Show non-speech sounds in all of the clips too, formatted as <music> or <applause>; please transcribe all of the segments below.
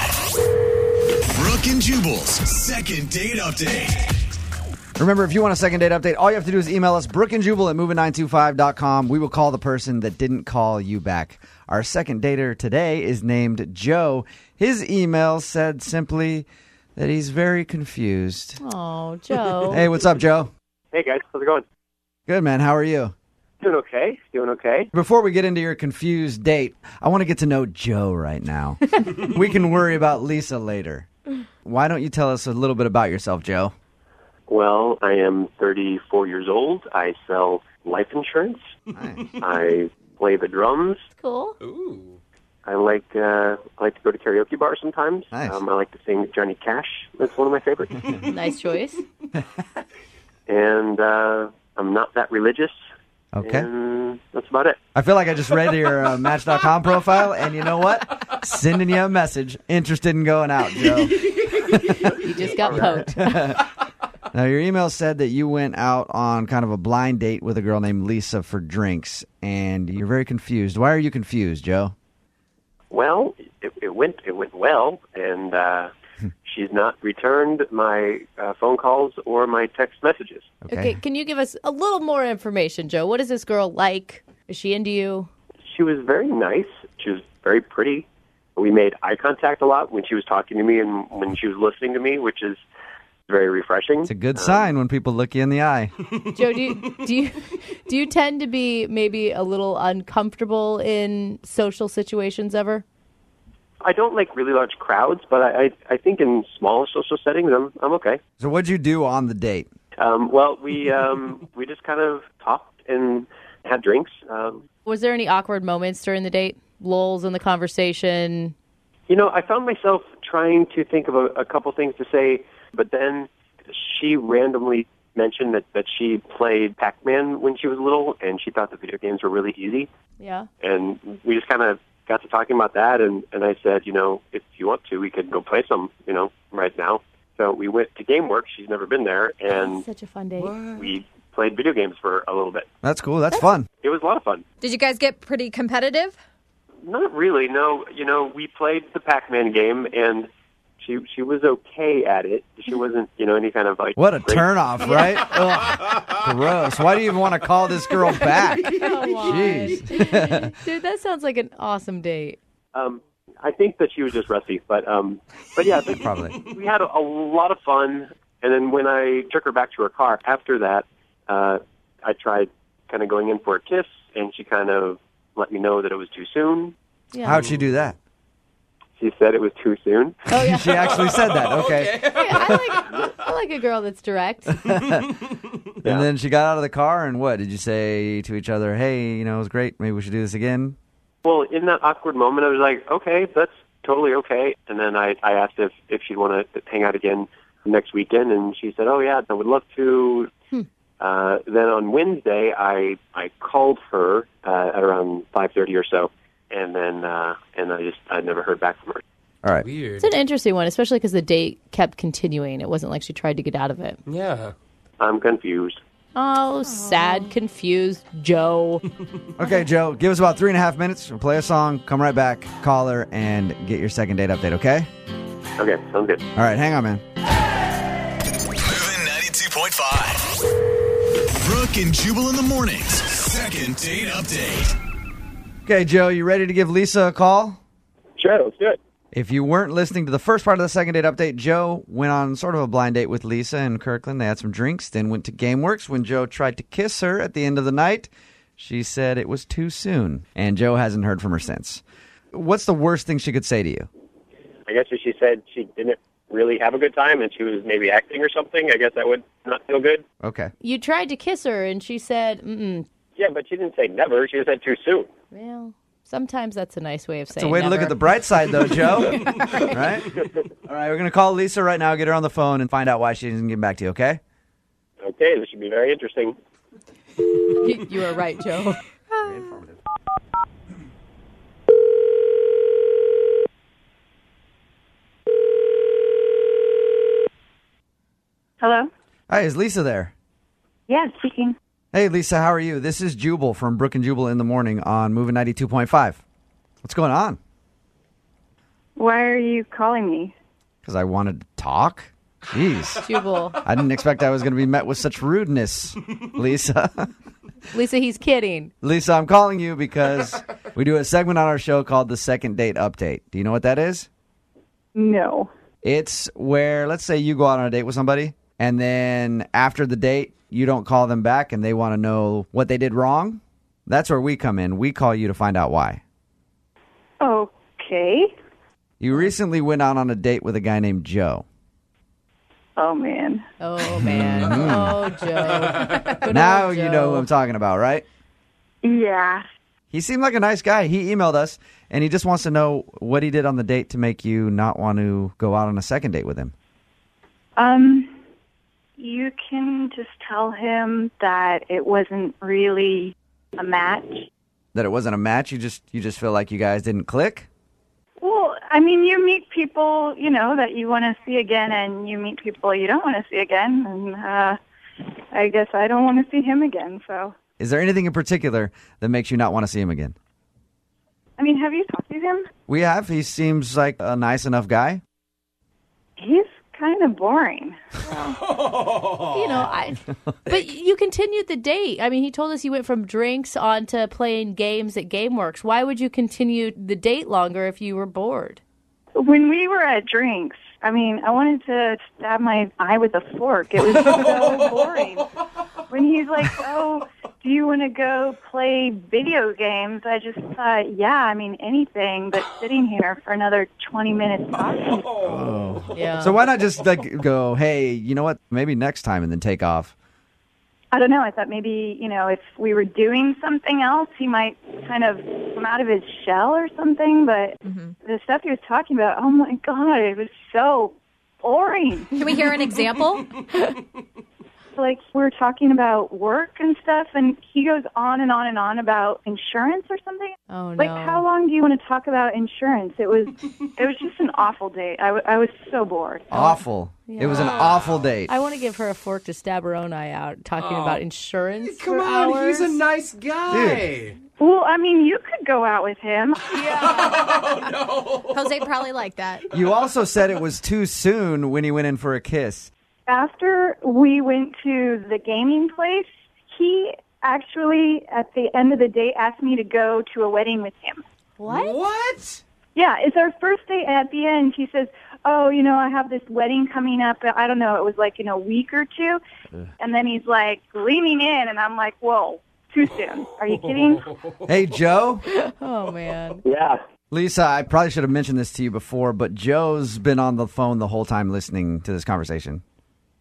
92.5. Brooke and Jubal's second date update. Remember, if you want a second date update, all you have to do is email us, brookandjubal at moving925.com. We will call the person that didn't call you back. Our second dater today is named Joe. His email said simply that he's very confused. Oh, Joe. Hey, what's up, Joe? Hey guys, how's it going? Good, man. How are you? Doing okay. Doing okay. Before we get into your confused date, I want to get to know Joe right now. we can worry about Lisa later. Why don't you tell us a little bit about yourself, Joe? Well, I am 34 years old. I sell life insurance. I play the drums. cool. I like uh, I like to go to karaoke bars sometimes. Nice. Um, I like to sing Johnny Cash. That's one of <laughs> my favorites. Nice choice. and uh, I'm not that religious. Okay. And that's about it. I feel like I just read your uh, Match.com profile, and you know what? Sending you a message. Interested in going out, Joe. You just got poked. Now, your email said that you went out on kind of a blind date with a girl named Lisa for drinks, and you're very confused. Why are you confused, Joe? Well, it, it went it went well, and uh, Hmm. she's not returned my uh, phone calls or my text messages. Okay. can you give us a little more information, Joe? What is this girl like? Is she into you? she was very nice. She was very pretty. We made eye contact a lot when she was talking to me and when she was listening to me, which is very refreshing. It's a good sign when people look you in the eye. Joe, do you, do you do you tend to be maybe a little uncomfortable in social situations ever? I don't like really large crowds, but I, I, I think in smaller social settings, I'm I'm okay. So, what'd you do on the date? Um, well, <laughs> we um, we just kind of talked and had drinks. Um, Was there any awkward moments during the date? Lulls in the conversation? You know, I found myself trying to think of a, a couple things to say, but then she randomly mentioned that, that she played Pac-Man when she was little, and she thought the video games were really easy. Yeah. and we just kind of got to talking about that and and I said, you know, if you want to, we could go play some, you know, right now. So we went to GameWorks. She's never been there, and Such a fun date. we played video games for a little bit. That's cool. That's fun. It was a lot of fun. Did you guys get pretty competitive? Not really, no. You know, we played the Pac-Man game, and she she was okay at it. She wasn't, you know, any kind of like What a great- turnoff, right? <laughs> Ugh, gross. Why do you even want to call this girl back? <laughs> Come on. Jeez. Dude, that sounds like an awesome date. <laughs> Um, I think that she was just rusty, but um, but yeah, but- Probably. we had a, a lot of fun. And then when I took her back to her car after that, uh, I tried kind of going in for a kiss, and she kind of let me know that it was too soon. Yeah. How'd she do that? She said it was too soon. oh yeah. She actually said <laughs> that. Okay. Yeah, I like I like a girl that's direct. And then she got out of the car, and what? Did you say to each other, hey, you know, it was great. Maybe we should do this again? Well, in that awkward moment, I was like, okay, that's totally okay. And then I, I asked if, if she'd want to hang out again next weekend, and she said, oh, yeah, I would love to. Uh, then on Wednesday, I, I called her uh, at around 5.30 or so, and then uh, and I just I never heard back from her. All right. Weird. It's an interesting one, especially because the date kept continuing. It wasn't like she tried to get out of it. Yeah. I'm confused. Oh, sad, confused Joe. Okay, Joe, give us about three and a half minutes. We'll play a song, come right back, call her, and get your second date update, okay? Okay, sounds good. All right, hang on, man. Moving 92.5. Brooke and Jubal in the mornings. Second date update. Okay, Joe, you ready to give Lisa a call? Sure, let's do it. If you weren't listening to the first part of the second date update, Joe went on sort of a blind date with Lisa in Kirkland. They had some drinks, then went to Gameworks. When Joe tried to kiss her at the end of the night, she said it was too soon, and Joe hasn't heard from her since. What's the worst thing she could say to you? I guess if she said she didn't really have a good time and she was maybe acting or something, I guess that would not feel good. Okay. You tried to kiss her, and she said, mm Yeah, but she didn't say never. She just said too soon. well, sometimes that's a nice way of saying It's a way to look never. at the bright side, though, Joe. right? All right, we're going to call Lisa right now, get her on the phone, and find out why she didn't get back to you, okay? Okay, this should be very interesting. You- <laughs> you were right, Joe. Hello? Hi, is Lisa there? Yeah, speaking. Hey, Lisa, how are you? This is Jubal from Brook and Jubal in the Morning on Moving 92.5. What's going on? Why are you calling me? because I wanted to talk. Jeez. Jubal. I didn't expect I was going to be met with such rudeness, Lisa. <laughs> Lisa, he's kidding. Lisa, I'm calling you because we do a segment on our show called the Second Date Update. Do you know what that is? No. It's where, let's say, you go out on a date with somebody, and then after the date, you don't call them back and they want to know what they did wrong. That's where we come in. We call you to find out why. Okay. You recently went out on a date with a guy named Joe. Oh man. Oh man. oh Joe. Good Mm. now old you Joe. know who I'm talking about, right? Yeah. He seemed like a nice guy. He emailed us and he just wants to know what he did on the date to make you not want to go out on a second date with him. Um, you can just tell him that it wasn't really a match. That it wasn't a match, you just you just feel like you guys didn't click? Well, I mean, you meet people, you know, that you want to see again, and you meet people you don't want to see again, and uh, I guess I don't want to see him again. So, Is there anything in particular that makes you not want to see him again? I mean, have you talked to him? We have. He seems like a nice enough guy. He's kind of boring. You know, I But you continued the date. I mean, he told us you went from drinks on to playing games at GameWorks. Why would you continue the date longer if you were bored? When we were at drinks, I mean, I wanted to stab my eye with a fork. It was so boring. When he's like, "Oh, do you want to go play video games?" I just thought, "Yeah, I mean, anything but sitting here for another 20 minutes talking." Yeah. So why not just like go, hey, you know what? Maybe next time and then take off. I don't know. I thought maybe, you know, if we were doing something else, he might kind of come out of his shell or something, but Mm-hmm. the stuff he was talking about, oh my god, it was so boring. <laughs> Can we hear an example? <laughs> like we are talking about work and stuff and he goes on and on and on about insurance or something Oh, like no. how long do you want to talk about insurance it was it was just an awful date I, w- I was so bored Awful. It was an awful date. I want to give her a fork to stab her own eye out talking about insurance. Oh. Come for on, hours. he's a nice guy. well i mean you could go out with him Jose probably liked that. You also said it was too soon when he went in for a kiss. after we went to the gaming place he actually at the end of the day asked me to go to a wedding with him What? What? Yeah, it's our first date. and At the end, she says, "Oh, you know, I have this wedding coming up. I don't know. It was like in a week or two. And then he's like leaning in, and I'm like, "Whoa, too soon? Are you kidding?" Hey, Joe. Oh man. Yeah. Lisa, I probably should have mentioned this to you before, but Joe's been on the phone the whole time listening to this conversation.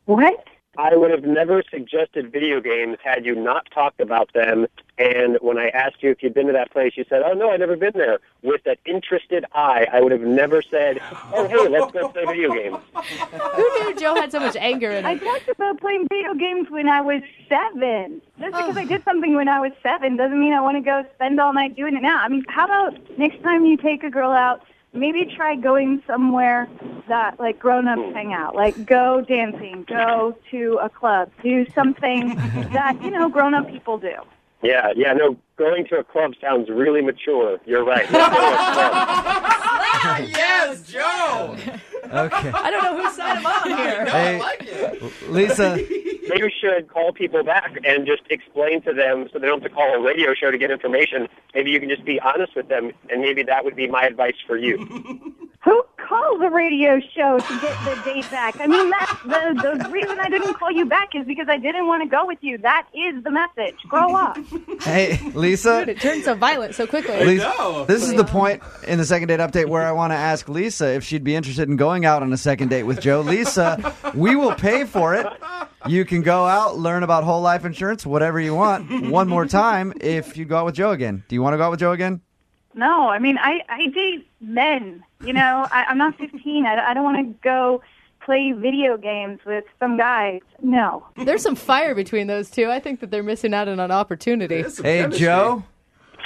what? I would have never suggested video games had you not talked about them. And when I asked you if you'd been to that place, you said, "Oh no, I've never been there." With that interested eye, I would have never said, "Oh hey, let's go play video games." Who knew Joe had so much anger in I <laughs> him? talked about playing video games when I was seven. Just because I did something when I was seven doesn't mean I want to go spend all night doing it now. I mean, how about next time you take a girl out? Maybe try going somewhere that like grown-ups hang out, like go dancing, go to a club, do something that you know grown-up people do. Yeah, yeah, no. Going to a club sounds really mature. You're right. Let's go to a club. Yes, Joe. Okay. <laughs> I don't know who signed him up here. Hey, Lisa, you should call people back and just explain to them so they don't have to call a radio show to get information. Maybe you can just be honest with them, and maybe that would be my advice for you. Who calls a radio show to get the date back? I mean, that's the the reason I didn't call you back is because I didn't want to go with you. That is the message. Grow up. hey, Lisa. It turned so violent so quickly. Lisa, know. um, This is the point in the second date update where I want to ask Lisa if she'd be interested in going out on a second date with Joe. Lisa, we will pay for it. You can go out, learn about whole life insurance, whatever you want, one more time if you go out with Joe again. Do you want to go out with Joe again? No, I mean, I, I date men. You know, <laughs> I, I'm not 15. I, I don't want to go play video games with some guy. No. There's some fire between those two. I think that they're missing out on an opportunity. That's some Hey, chemistry. Joe,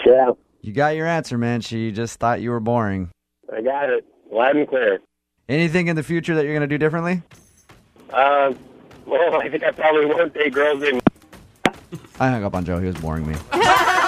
Yeah, you got your answer, man. She just thought you were boring. I got it. Loud and clear. Anything in the future that you're going to do differently? Uh, well, I think I probably won't date girls in. I hung up on Joe. He was boring me.